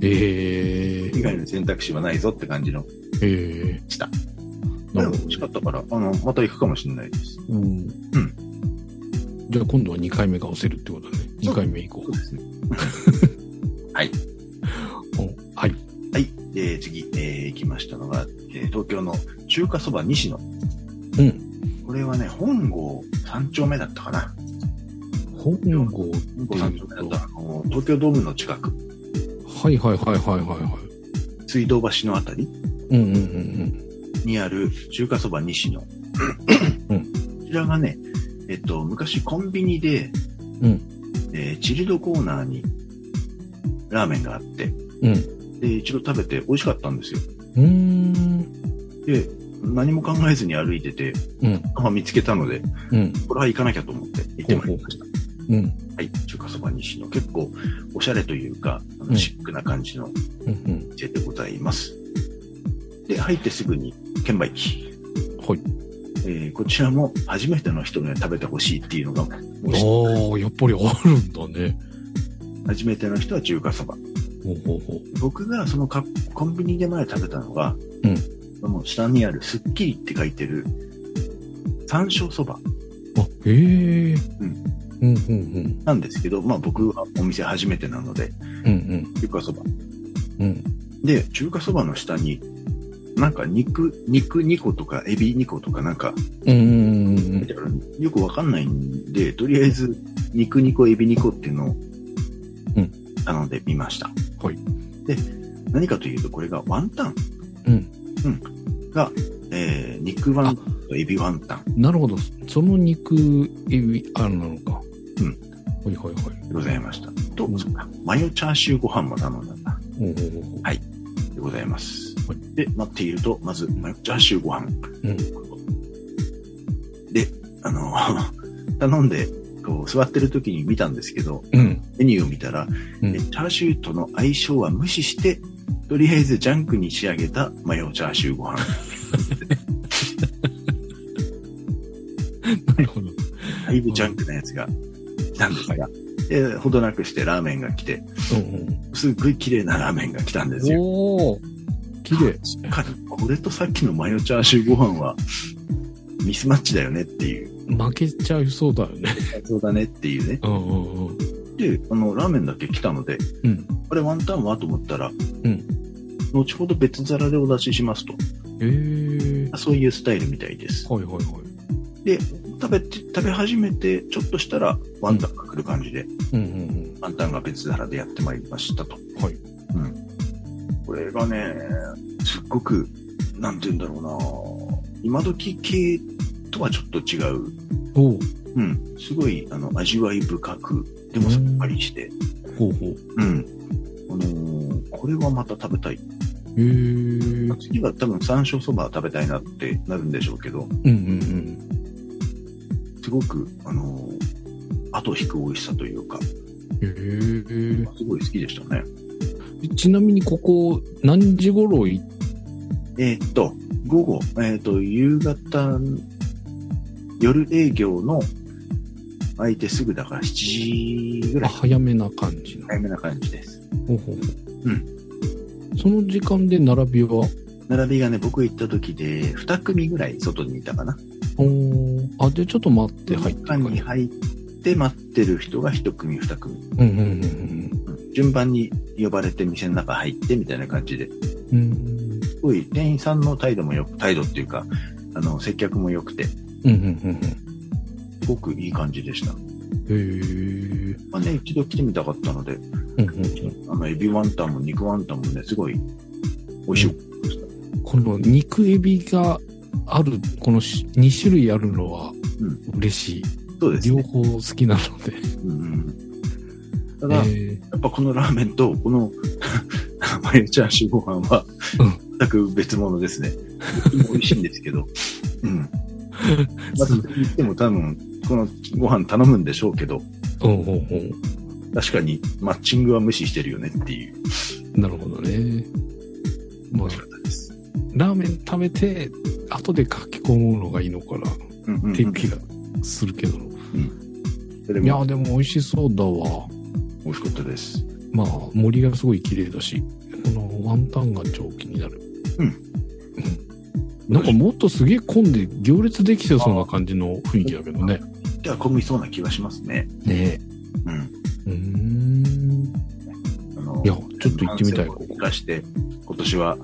Speaker 2: え
Speaker 1: 以
Speaker 2: ー、
Speaker 1: 外の選択肢はないぞって感じの
Speaker 2: え
Speaker 1: した。
Speaker 2: ー、
Speaker 1: で
Speaker 2: な
Speaker 1: も
Speaker 2: る
Speaker 1: 美
Speaker 2: ほ
Speaker 1: 味しかったから、あの、また行くかもしれないです。
Speaker 2: ど。うん。じゃあ今度は2回目が押せるってことね。2回目以降
Speaker 1: そう。ですね。
Speaker 2: うんはい。
Speaker 1: はい。えー、次、えー、行きましたのが、えー東京の中華そば西野。
Speaker 2: うん。
Speaker 1: これはね、本郷三丁目だったかな。
Speaker 2: 本郷って
Speaker 1: 本郷
Speaker 2: い
Speaker 1: 三丁
Speaker 2: う
Speaker 1: 目だ
Speaker 2: と、
Speaker 1: った
Speaker 2: は
Speaker 1: あの東京ドームの近く、
Speaker 2: いはいはいはいはいは
Speaker 1: 水道橋のあたり
Speaker 2: い。うんうんうん
Speaker 1: にある中華そば西野。
Speaker 2: うん
Speaker 1: こちらがね、えっと、昔コンビニで、
Speaker 2: うん
Speaker 1: えーチルドコーナーにラーメンがあって、
Speaker 2: うん。
Speaker 1: で、一度食べて美味しかったんですよ。
Speaker 2: うん。うーん。
Speaker 1: で、何も考えずに歩いてて、
Speaker 2: うん。
Speaker 1: まあ、見つけたので、
Speaker 2: うん。
Speaker 1: これは行かなきゃと思って行ってまいりました。
Speaker 2: うん。
Speaker 1: はい、中華そば西野。結構おしゃれというか、あ
Speaker 2: う
Speaker 1: の
Speaker 2: ん
Speaker 1: シックな感じの
Speaker 2: うん。
Speaker 1: 店でございます。で、入ってすぐに券売機。
Speaker 2: はい。
Speaker 1: えーこちらも初めての人には食べてほしいっていうのが、
Speaker 2: ああ、やっぱりあるんだね。
Speaker 1: 初めての人は中華そば。
Speaker 2: ほうほうほう。
Speaker 1: 僕がそのカップコンビニで前食べたのが、
Speaker 2: うん
Speaker 1: その下にあるスッキリって書いてる山椒そば
Speaker 2: あ、へえ。
Speaker 1: うん。
Speaker 2: うんうん
Speaker 1: なんですけど、まあ僕はお店初めてなので、
Speaker 2: うん。うん
Speaker 1: 中華そば。
Speaker 2: うん。うん。
Speaker 1: で、中華そばの下に、なんか肉、肉2個とかエビ2個とかなんか
Speaker 2: うんうんうんう
Speaker 1: 書い
Speaker 2: ん。
Speaker 1: てあるよくわかんないんで、とりあえず肉2個エビ2個っていうのを
Speaker 2: うん
Speaker 1: 頼んでみました。
Speaker 2: はい。
Speaker 1: で、何かというとこれがワンタン。
Speaker 2: うん。
Speaker 1: が、えー肉ワンタンとエビワンタン
Speaker 2: なるほど。その肉、エビ、あなのか。
Speaker 1: うん
Speaker 2: はいはいはい。
Speaker 1: でございました。と、
Speaker 2: うん
Speaker 1: そっかマヨチャーシューご飯も頼んだんだ
Speaker 2: おうおうおう
Speaker 1: でございます
Speaker 2: は。
Speaker 1: で、待っていると、まずマヨチャーシューご飯。
Speaker 2: うん
Speaker 1: で、あの、 頼んで、こう、座ってる時に見たんですけど、
Speaker 2: うん。
Speaker 1: メニューを見たら、
Speaker 2: うん
Speaker 1: えチャーシューとの相性は無視して、とりあえずジャンクに仕上げたマヨチャーシューご 飯。
Speaker 2: なるほど。
Speaker 1: だいぶジャンクなやつが来たんですが、で、ほどなくしてラーメンが来て、
Speaker 2: うん
Speaker 1: すっごい綺麗なラーメンが来たんです
Speaker 2: うん、
Speaker 1: よ。
Speaker 2: おお綺麗。
Speaker 1: しっかり、これとさっきのマヨチャーシューご飯は、ミスマッチだよねっていう、
Speaker 2: 負けちゃいそうだよね。
Speaker 1: そうだねっていうね。
Speaker 2: うんうんうん。
Speaker 1: で、あの、ラーメンだけ来たので、
Speaker 2: うん。
Speaker 1: これワンタンはと思ったら、
Speaker 2: ん
Speaker 1: 後ほど別皿でお出ししますと。
Speaker 2: ええー。
Speaker 1: そういうスタイルみたいです。
Speaker 2: はいはいはい。
Speaker 1: で、食べて、食べ始めて、ちょっとしたら、ワンタンが来る感じで、
Speaker 2: うんうん
Speaker 1: ワンタンが別皿でやってまいりましたと。
Speaker 2: うん。はい。
Speaker 1: これがね、すっごく、なんて言うんだろうな今時系とはちょっと違う。
Speaker 2: おう
Speaker 1: うん。すごい、あの、味わい深く、でもさっぱりして。
Speaker 2: ほうほう。
Speaker 1: うん。あのーこれはまた食べたい。
Speaker 2: へえ。うん
Speaker 1: 次は多分山椒そば食べたいなってなるんでしょうけど、
Speaker 2: うんうん。
Speaker 1: すごく、あのー後引く美味しさというか、
Speaker 2: へ
Speaker 1: すごい好きでしたね。
Speaker 2: え。ちなみにここ、何時頃行っ
Speaker 1: えーっと、午後、えーっと、夕方、夜営業の空いてすぐだから7時ぐ
Speaker 2: た
Speaker 1: らい、
Speaker 2: 早めな感じな。
Speaker 1: 早めな感じです。
Speaker 2: ほうほうほう。
Speaker 1: う
Speaker 2: その時間で並びは
Speaker 1: 並びがね、僕行った時で2組ぐらい外にいたかな。
Speaker 2: おーあ、で、ちょっと待って入って
Speaker 1: 中に入って待ってる人が1組2組。
Speaker 2: うんうんうん
Speaker 1: うん順番に呼ばれて店の中入ってみたいな感じで、
Speaker 2: うん。うん
Speaker 1: すごい店員さんの態度もよく、態度っていうか、あの、接客も良くて、す
Speaker 2: うんうん
Speaker 1: ごくいい感じでした。
Speaker 2: うんうん。へえ。
Speaker 1: まあね、一度来てみたかったので、
Speaker 2: うんうん
Speaker 1: あの、エビワンタンも肉ワンタンもね、すごい美味しい。
Speaker 2: うん。この肉エビがある、このし2種類あるのは
Speaker 1: うん
Speaker 2: 嬉しい。
Speaker 1: そうです
Speaker 2: 両
Speaker 1: ね。
Speaker 2: 方好きなので。
Speaker 1: うんうん、ただ、や
Speaker 2: え
Speaker 1: っぱこのラーメンと、この、 マヨチャーシューご飯は
Speaker 2: うん、
Speaker 1: 全く別物ですね。美味しいんですけど、 うん。まあ、
Speaker 2: そう
Speaker 1: 言っても多分、このご飯頼むんでしょうけど、
Speaker 2: ー、うんうんうん。
Speaker 1: 確かにマッチングは無視してるよねっていう
Speaker 2: なるほどね。まあ
Speaker 1: 食、べ方です。
Speaker 2: ラーメン食べて、後で書き込むのがいいのかなっ
Speaker 1: うんうんうん
Speaker 2: ていう気がするけど。
Speaker 1: それ
Speaker 2: いや
Speaker 1: も
Speaker 2: ー、でも美味しそうだわ。
Speaker 1: 美味しかったです。
Speaker 2: まあ、森がすごい綺麗だし、このワンタンが超気になる。
Speaker 1: うん
Speaker 2: うんなんかもっとすげえ混んで行列できてそうな感じの雰囲気だけどね。
Speaker 1: では、混みそうな気がしますね。
Speaker 2: ね
Speaker 1: うん。
Speaker 2: え。うーん。
Speaker 1: あの
Speaker 2: いや、ちょっと行ってみたい、こ
Speaker 1: こ
Speaker 2: こ
Speaker 1: こ。生。かして、今年は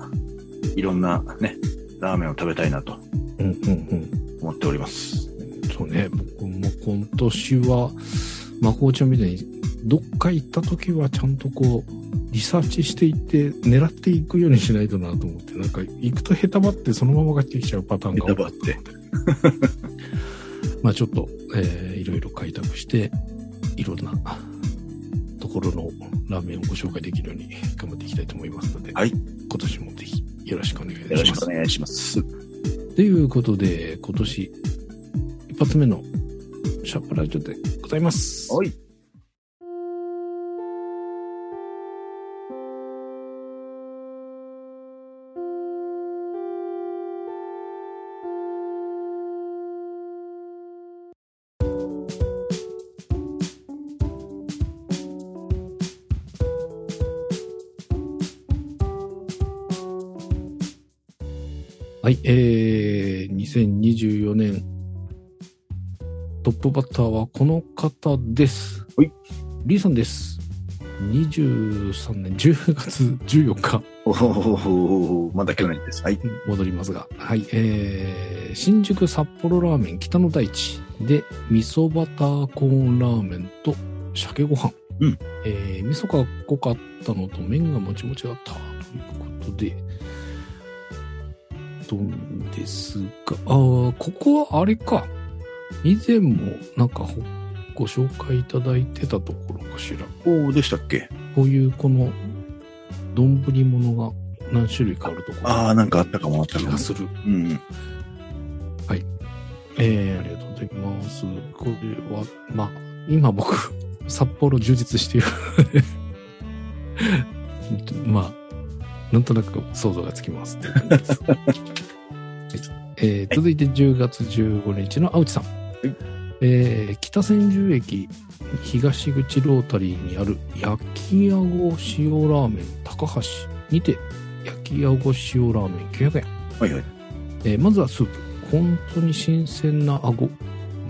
Speaker 1: いろんなね、ラーメンを食べたいなと
Speaker 2: うんうんうん。
Speaker 1: 思っております。
Speaker 2: そうね、僕も今年は、まこうちゃんみたいに、どっか行った時はちゃんとこう、リサーチしていって、狙っていくようにしないとなと思って、なんか行くと下手ばってそのまま帰ってきちゃうパターンが多かったので
Speaker 1: 下。
Speaker 2: まあちょっと、えーいろいろ開拓して、いろんなところのラーメンをご紹介できるように頑張っていきたいと思いますので、
Speaker 1: はい
Speaker 2: 今年もぜひよろしくお願いい
Speaker 1: よ
Speaker 2: た
Speaker 1: ろ
Speaker 2: し
Speaker 1: し
Speaker 2: ま
Speaker 1: く
Speaker 2: す
Speaker 1: お。願いします。
Speaker 2: ということで、今年一発目のシャープラジオでございます。
Speaker 1: はい。
Speaker 2: はい、えー、2024年トップバッターはこの方です。
Speaker 1: はい。
Speaker 2: リーさんです。23年10月14日
Speaker 1: おおまだ去年です。はい。
Speaker 2: 戻りますが、はい、えー、新宿札幌ラーメン北の大地で、味噌バターコーンラーメンと鮭ご飯。
Speaker 1: うん。
Speaker 2: えー、味噌が濃かったのと麺がもちもちだったということで、どんですが、あーここはあれか。以前もなんかほご紹介いただいてたところかしら。
Speaker 1: おおでしたっけ
Speaker 2: こういうこの丼物が何種類かあるところ。
Speaker 1: ああ、なんかあったかもあったか
Speaker 2: 気が
Speaker 1: も。
Speaker 2: する。
Speaker 1: うんうん。
Speaker 2: えー、ありがとうございます。これは、まあ、今僕、 札幌充実している まあ、なんとなく想像がつきますっていう感じで す。はいえー続いて10月15日の青地さん。
Speaker 1: い
Speaker 2: えー北千住駅東口ロータリーにある焼きあご塩ラーメン高橋にて焼きあご塩ラーメン900円。
Speaker 1: はいはい。
Speaker 2: えーまずはスープ本当に新鮮なアゴ、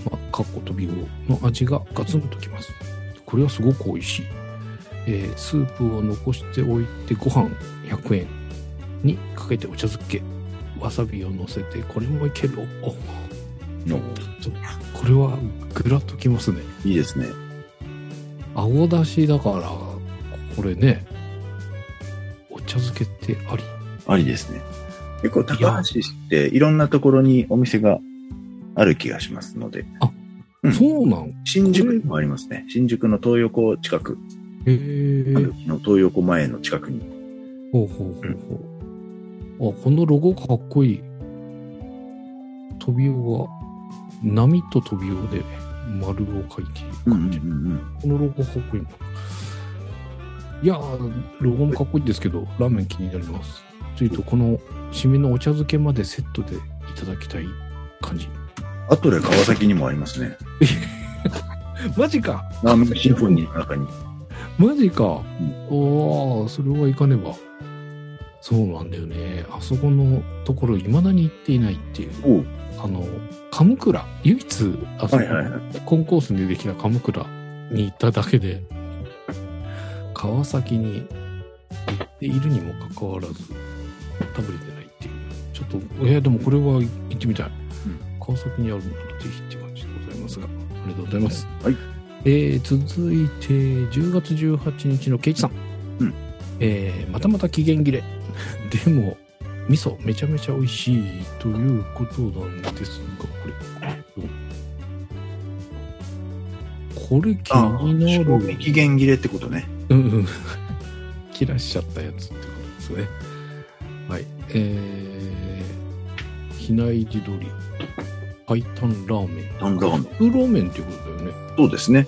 Speaker 2: まあ、かっことびごの味がガツンときますこれはすごく美味しい、えースープを残しておいてご飯100円にかけてお茶漬けわさびをのせてこれもいけるおお
Speaker 1: の
Speaker 2: これはグラッときますね
Speaker 1: いいですね。
Speaker 2: 青だしだからこれねお茶漬けってあり
Speaker 1: ありですね。結構高橋っていろんなところにお店がある気がしますので、うん
Speaker 2: そうなん
Speaker 1: 新宿にもありますね。新宿の東横近く、あ
Speaker 2: へえ
Speaker 1: る日の東横前の近くに。
Speaker 2: ほうほうほうほうあこのロゴかっこいいトビウオが波とトビウオで丸を描いている感じ、
Speaker 1: ん
Speaker 2: このロゴかっこいいないやーロゴもかっこいいですけどラーメン気になりますというとこの締めのお茶漬けまでセットでいただきたい感じ
Speaker 1: あとで川崎にもありますね。
Speaker 2: マジか
Speaker 1: ラーメンシンフォニーの中に。
Speaker 2: マジか。
Speaker 1: ん
Speaker 2: おーそれはいかねば。そうなんだよね。あそこのところ、未だに行っていないっていう。
Speaker 1: おう
Speaker 2: あの、鎌倉、唯一、あそこ、
Speaker 1: はいはいは
Speaker 2: コンコースに出てきた鎌倉に行っただけで、川崎に行っているにもかかわらず、食べれてないっていう。ちょっと、いや、でもこれは行ってみたい。川崎にあるのならぜひって感じでございますが、ありがとうございます。
Speaker 1: はい。
Speaker 2: えー、続いて、10月18日のケイチさん。
Speaker 1: うん。
Speaker 2: えー、またまた期限切れ。 でも、味噌めちゃめちゃ美味しいということなんですが、これ。これ気
Speaker 1: あ
Speaker 2: になる。
Speaker 1: 賞味期限切れってことね。
Speaker 2: うんうん。 切らしちゃったやつってことですね。はい。えー、比内地鶏、白湯ラーメン。
Speaker 1: タンラーメン。
Speaker 2: 風ラーメンっていうことだよね。
Speaker 1: そうですね。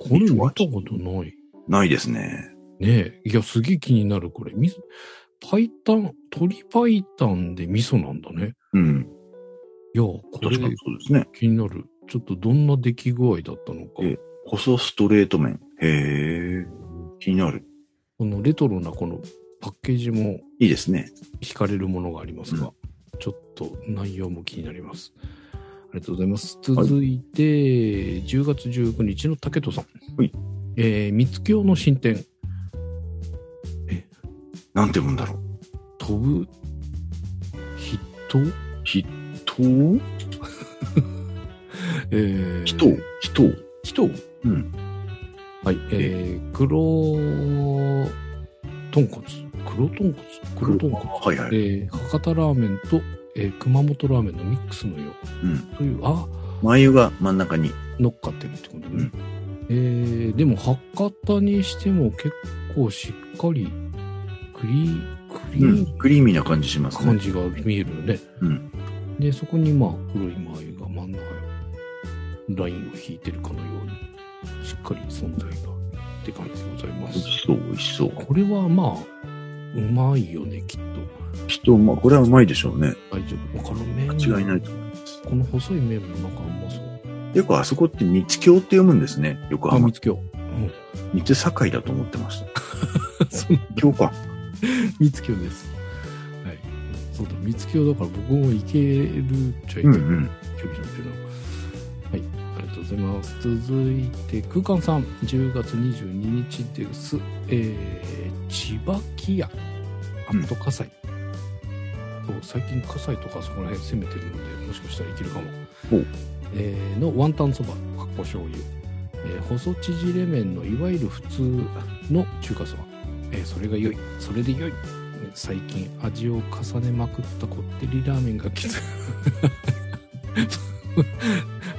Speaker 2: これ見たことない。
Speaker 1: ないですね。
Speaker 2: ねえ。いや、すげえ気になる、これ。み白湯、鶏白湯で味噌なんだね。
Speaker 1: うん。
Speaker 2: いや、これ
Speaker 1: 確かにそうですね。
Speaker 2: 気になる。ちょっとどんな出来具合だったのか。
Speaker 1: ええ細ストレート麺。へえ。気になる。
Speaker 2: このレトロなこのパッケージも
Speaker 1: いいですね。
Speaker 2: 惹かれるものがありますが、ちょっと内容も気になります。ありがとうございます。続いて、10月19日の竹戸さん。
Speaker 1: はい。
Speaker 2: えー、三つ京の新店、
Speaker 1: なんて読むんだろう。
Speaker 2: 飛ぶ、筆頭
Speaker 1: 人
Speaker 2: えー、
Speaker 1: 人人
Speaker 2: 人
Speaker 1: うん。
Speaker 2: はい。えー、黒、豚骨。黒豚骨黒豚骨。
Speaker 1: はいはい。
Speaker 2: えー、博多ラーメンと、えー、熊本ラーメンのミックスのよ
Speaker 1: うん。
Speaker 2: うという、あ、
Speaker 1: 眉が真ん中に。
Speaker 2: 乗っかってるってことね、えーでも博多にしても結構しっかりクリクリ
Speaker 1: う
Speaker 2: ーン
Speaker 1: ん。クリーミーな感じします
Speaker 2: 感
Speaker 1: ね。
Speaker 2: じが見えるよね、
Speaker 1: うん
Speaker 2: でそこにまあ黒い眉が真ん中にラインを引いてるかのようにしっかり存在がって感じでございま
Speaker 1: 美
Speaker 2: す
Speaker 1: 味しそう、美味しそう。
Speaker 2: これはまあうまいよねきっ
Speaker 1: 人、まあ、これはうまいでしょうね。
Speaker 2: と大丈夫この麺
Speaker 1: 間違いないと思います。
Speaker 2: この細い麺もなんかうまそう
Speaker 1: よくあそこって三つ京って読むんですね。横
Speaker 2: あ
Speaker 1: 浜
Speaker 2: 見。つけよう、うん、
Speaker 1: 三つ堺だと思ってました。
Speaker 2: そんな
Speaker 1: 京か。
Speaker 2: 三つ京です。はい。そうだ、三つ京だから僕も行けるっちゃいけ
Speaker 1: うんう
Speaker 2: る
Speaker 1: ん。
Speaker 2: 距離なんだけど。はい。ありがとうございます。続いて、空間さん。10月22日です。えー、千葉木屋。あ
Speaker 1: うん
Speaker 2: と葛西。そう最近葛西とかそこら辺攻めてるので、もしかしたらいけるかも。
Speaker 1: お
Speaker 2: えーのワンタンそば、かっこ醤油。えー細縮れ麺のいわゆる普通の中華そば、えーそれが良いそれで良い最近味を重ねまくったこってりラーメンがき つはい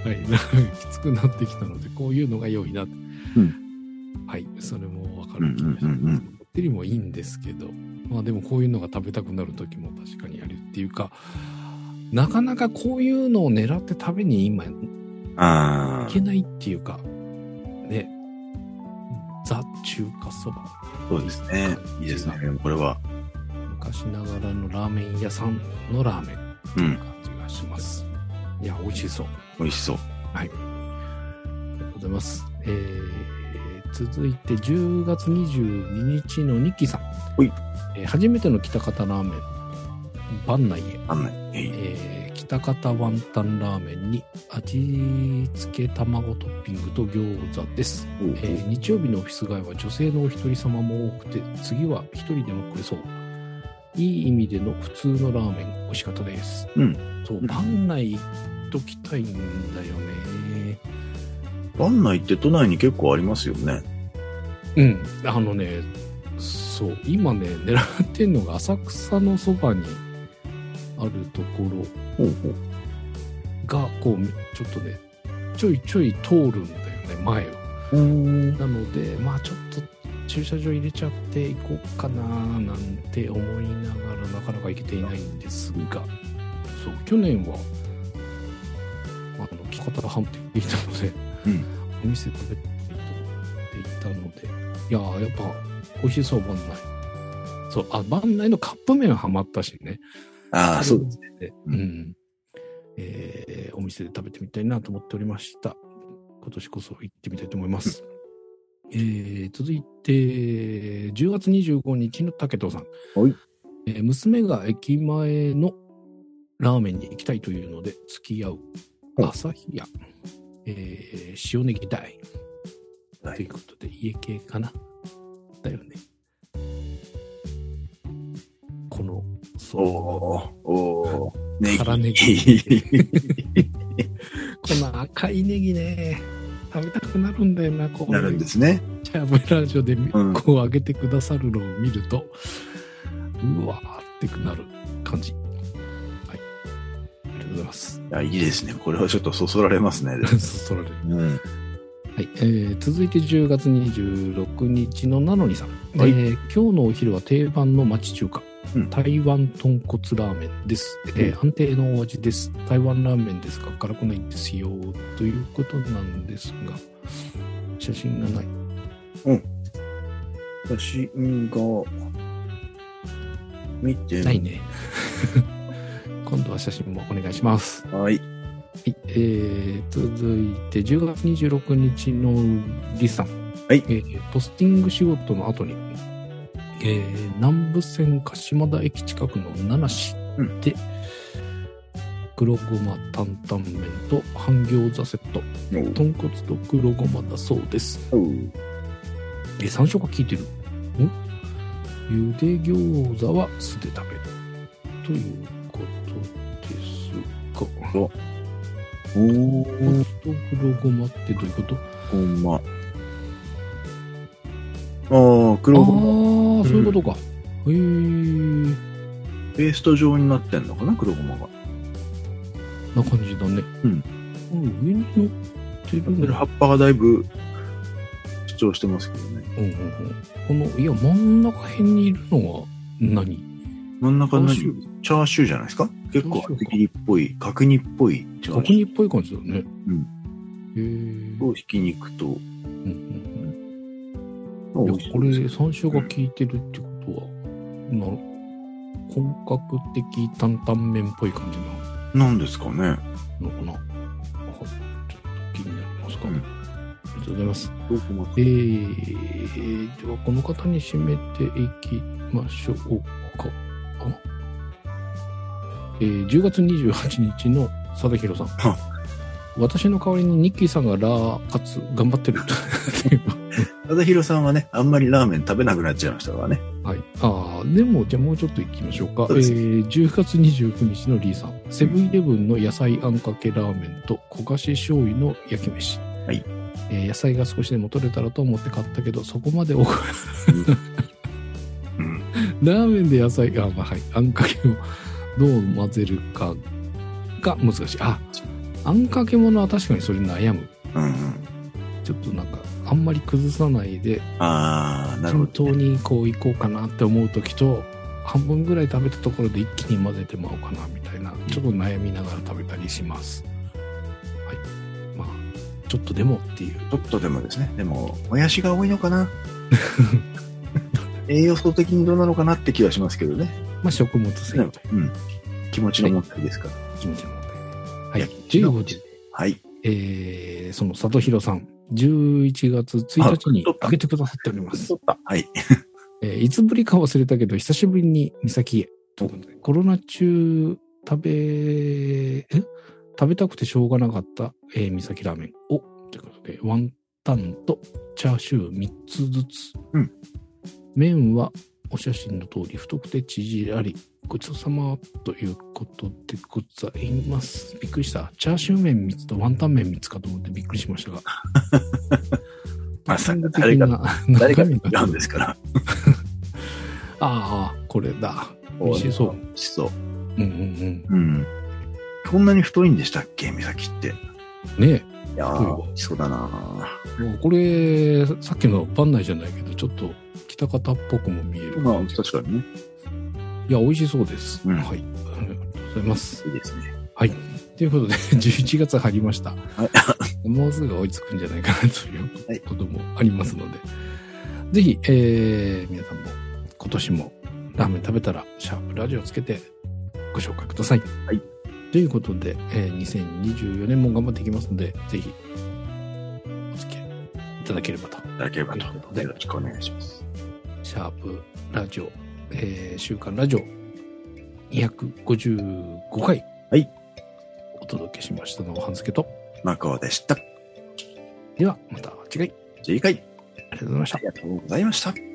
Speaker 2: ラーメンきつくなってきたのでこういうのが良いな、はいそれも分かる気がします、
Speaker 1: うんうんうんうん
Speaker 2: こってりもいいんですけどまあでもこういうのが食べたくなる時も確かにあるっていうかなかなかこういうのを狙って食べに今
Speaker 1: あ
Speaker 2: い
Speaker 1: あ
Speaker 2: け、ないっていうか、ね、ザ中華そば、
Speaker 1: そうですね。いいですね。これは。
Speaker 2: 昔ながらのラーメン屋さんのラーメンって
Speaker 1: う。
Speaker 2: いうん感じがします。いや、美味しそう。
Speaker 1: 美味しそう。
Speaker 2: ありがとうございます。えー続いて10月22日のニッキーさん。
Speaker 1: はい
Speaker 2: えー初めての北方ラーメン、番内へ。
Speaker 1: 案内。えい
Speaker 2: えー、北方ワンタンラーメンに味付け卵トッピングと餃子です。
Speaker 1: おうおう
Speaker 2: えー日曜日のオフィス街は女性のお一人様も多くて次は一人でも来れそういい意味での普通のラーメン美味しかったです、
Speaker 1: うん
Speaker 2: そう
Speaker 1: うん
Speaker 2: パン内とときたいんだよね。
Speaker 1: 案内って都内に結構ありますよね。
Speaker 2: うん、あのね、そう、今ね、狙ってんのが浅草のそばにあるところ
Speaker 1: ほうほう。
Speaker 2: が、こう、ちょっとね、ちょいちょい通るんだよね、前を。
Speaker 1: うん。
Speaker 2: なので、まあちょっと駐車場入れちゃって行こうかななんて思いながらなかなか行けていないんですが、そう、去年は、あの、着方判定いたので、
Speaker 1: うん
Speaker 2: お店食べてと思っていたので、いやーやっぱ美味しそう、番内。そう、あ、番内のカップ麺ハマったしね。
Speaker 1: ああ、そうです。
Speaker 2: ね。
Speaker 1: う
Speaker 2: うんん。えーお店で食べてみたいなと思っておりました。今年こそ行ってみたいと思います。えー続いて、10月25日の竹藤さん。
Speaker 1: はい
Speaker 2: えー娘が駅前のラーメンに行きたいというので、付き合う。
Speaker 1: はい
Speaker 2: 朝日屋。えー塩ネギ大。
Speaker 1: は
Speaker 2: とい
Speaker 1: いう
Speaker 2: ことで、家系かなだよね。この、
Speaker 1: おおおーネギ。
Speaker 2: 辛ネこの赤いネギね、食べたくなるんだよな、こう。
Speaker 1: なるんですね。
Speaker 2: チャブラジオで
Speaker 1: ん
Speaker 2: こう上げてくださるのを見ると、うわーってなる感じ。はい。ありがとうござ います。
Speaker 1: いや、いいですね。これはちょっとそそられます ね。
Speaker 2: そそられる。
Speaker 1: うん。
Speaker 2: はい、えー続いて10月26日のなのにさん、
Speaker 1: はい
Speaker 2: えー今日のお昼は定番の町中華、
Speaker 1: うん
Speaker 2: 台湾豚骨ラーメンです、えー安定のお味です台湾ラーメンですが辛くないんですよということなんですが写真がない
Speaker 1: 写真が、見て
Speaker 2: ない ね今度は写真もお願いします
Speaker 1: はい。
Speaker 2: はい、えー、続いて10月26日のリさん。
Speaker 1: はい
Speaker 2: えーポスティング仕事の後に、えー南武線鹿島田駅近くの七市
Speaker 1: うん
Speaker 2: で、黒ごま担々麺と半餃子セット、
Speaker 1: おー
Speaker 2: 豚骨と黒ごまだそうです。
Speaker 1: おー
Speaker 2: えー、山椒が効いてる。んゆで餃子は酢で食べる。ということですが。
Speaker 1: お
Speaker 2: コ
Speaker 1: ー
Speaker 2: ツと黒ごまってどういうこと
Speaker 1: ほんま。ああ、黒ごま
Speaker 2: ああ、そういうことか。へえ、
Speaker 1: ペースト状になってんのかな、黒ごまが。
Speaker 2: な感じだね。
Speaker 1: うん
Speaker 2: うん。上に乗ってるね
Speaker 1: 葉っぱがだいぶ主張してますけどね。
Speaker 2: うんうんうん。この、いや、真ん中辺にいるのは何
Speaker 1: 真ん中の
Speaker 2: チャーシュ
Speaker 1: チャーシューじゃないですか結構
Speaker 2: チャーシューか
Speaker 1: 厚切りっぽい、角煮っぽいチャー
Speaker 2: 角
Speaker 1: シュー
Speaker 2: 煮っぽい感じだよね。
Speaker 1: うん。
Speaker 2: へえ。
Speaker 1: とひき肉と。
Speaker 2: うん
Speaker 1: こ
Speaker 2: うんうん。いや、これ、山椒が効いてるってことは、なる本格的担々麺っぽい感じな
Speaker 1: なんですかね。
Speaker 2: のかな。はいちょっと気になりますか、
Speaker 1: うん
Speaker 2: ありがとうございます。
Speaker 1: 黒ごま
Speaker 2: えー、ではこの方に締めていきましょうか。あえー、10月28日の佐田弘さん
Speaker 1: は。
Speaker 2: 私の代わりにニッキーさんがラーカツ頑張っ てるっていう
Speaker 1: ただひろさんはね、あんまりラーメン食べなくなっちゃいましたから ね。
Speaker 2: はい。ああ、でも、じゃあもうちょっと行きましょうか。
Speaker 1: そう
Speaker 2: え
Speaker 1: です
Speaker 2: ー、10月29日のリーさん。セブンイレブンの野菜あんかけラーメンと焦がし醤油の焼き飯。
Speaker 1: はい。
Speaker 2: えー野菜が少しでも取れたらと思って買ったけど、そこまでお
Speaker 1: うん。
Speaker 2: ラーメンで野菜が、まあはい、あんかけをどう混ぜるかが難しい。あ、あんかけものは確かにそれ悩む。
Speaker 1: うんうん。
Speaker 2: ちょっとなんか、あんまり崩さないで、
Speaker 1: あー、なるほ
Speaker 2: 均等
Speaker 1: ど、ね。
Speaker 2: にこういこうかなって思う時と、半分ぐらい食べたところで一気に混ぜてまおうかなみたいな、ちょっと悩みながら食べたりします。はい。まあ、ちょっとでもっていう。
Speaker 1: ちょっとでもですね。でも、もやしが多いのか な栄養素的にどうなのかなって気はしますけどね。
Speaker 2: まあ、食物繊維という
Speaker 1: うん。気持ちの問題ですから。
Speaker 2: 気持ちの問題で。はいい
Speaker 1: や。
Speaker 2: 15時。
Speaker 1: はい。
Speaker 2: えー、その佐藤弘さん、11月1日に
Speaker 1: あ
Speaker 2: あげてくださっております。
Speaker 1: はい。
Speaker 2: えーいつぶりか忘れたけど、久しぶりに三崎へ。ということでコロナ中、食べ、え食べたくてしょうがなかった、えー、三崎ラーメンを、ということで、ワンタンとチャーシュー3つずつ。
Speaker 1: うん
Speaker 2: 麺はお写真の通り太くて縮らり、ごちそうさまということでございます。びっくりした。チャーシュー麺3つとワンタン麺3つかと思ってびっくりしましたが。
Speaker 1: まさか
Speaker 2: 的な
Speaker 1: 誰か
Speaker 2: 中
Speaker 1: に
Speaker 2: 身
Speaker 1: 違うんですから。
Speaker 2: ああ、これだ。美味しそう。
Speaker 1: 美味しそう。
Speaker 2: うんう
Speaker 1: う
Speaker 2: ん
Speaker 1: ん。そんなに太いんでしたっけ、美咲って。い
Speaker 2: うん。ね
Speaker 1: や
Speaker 2: 太い
Speaker 1: ー、
Speaker 2: わ
Speaker 1: 美味しそうだな
Speaker 2: え、もうこれ、さっきの番内じゃないけど、ちょっと北方っぽくも見える。
Speaker 1: まあ、確かにね。
Speaker 2: いや、美味しそうです。
Speaker 1: うん
Speaker 2: はい。ありがとうございます。
Speaker 1: いいですね。
Speaker 2: はい。ということで、11月 入りました。 もうすぐ追いつくんじゃないかなと
Speaker 1: はいいう
Speaker 2: こともありますので、ぜひ、えー、皆さんも今年もラーメン食べたら、シャープラジオつけてご紹介ください。
Speaker 1: はい。
Speaker 2: ということで、えー2024年も頑張っていきますので、ぜひ、お付き合いいただければと。
Speaker 1: いただければと
Speaker 2: ということ。で
Speaker 1: よろしくお願いします。
Speaker 2: シャープラジオ、えー週刊ラジオ255回。
Speaker 1: はい。
Speaker 2: お届けしましたのは、半助と。
Speaker 1: マコでした。
Speaker 2: では、また次回、
Speaker 1: 次回、
Speaker 2: ありがとうございました
Speaker 1: あり。がとうございました。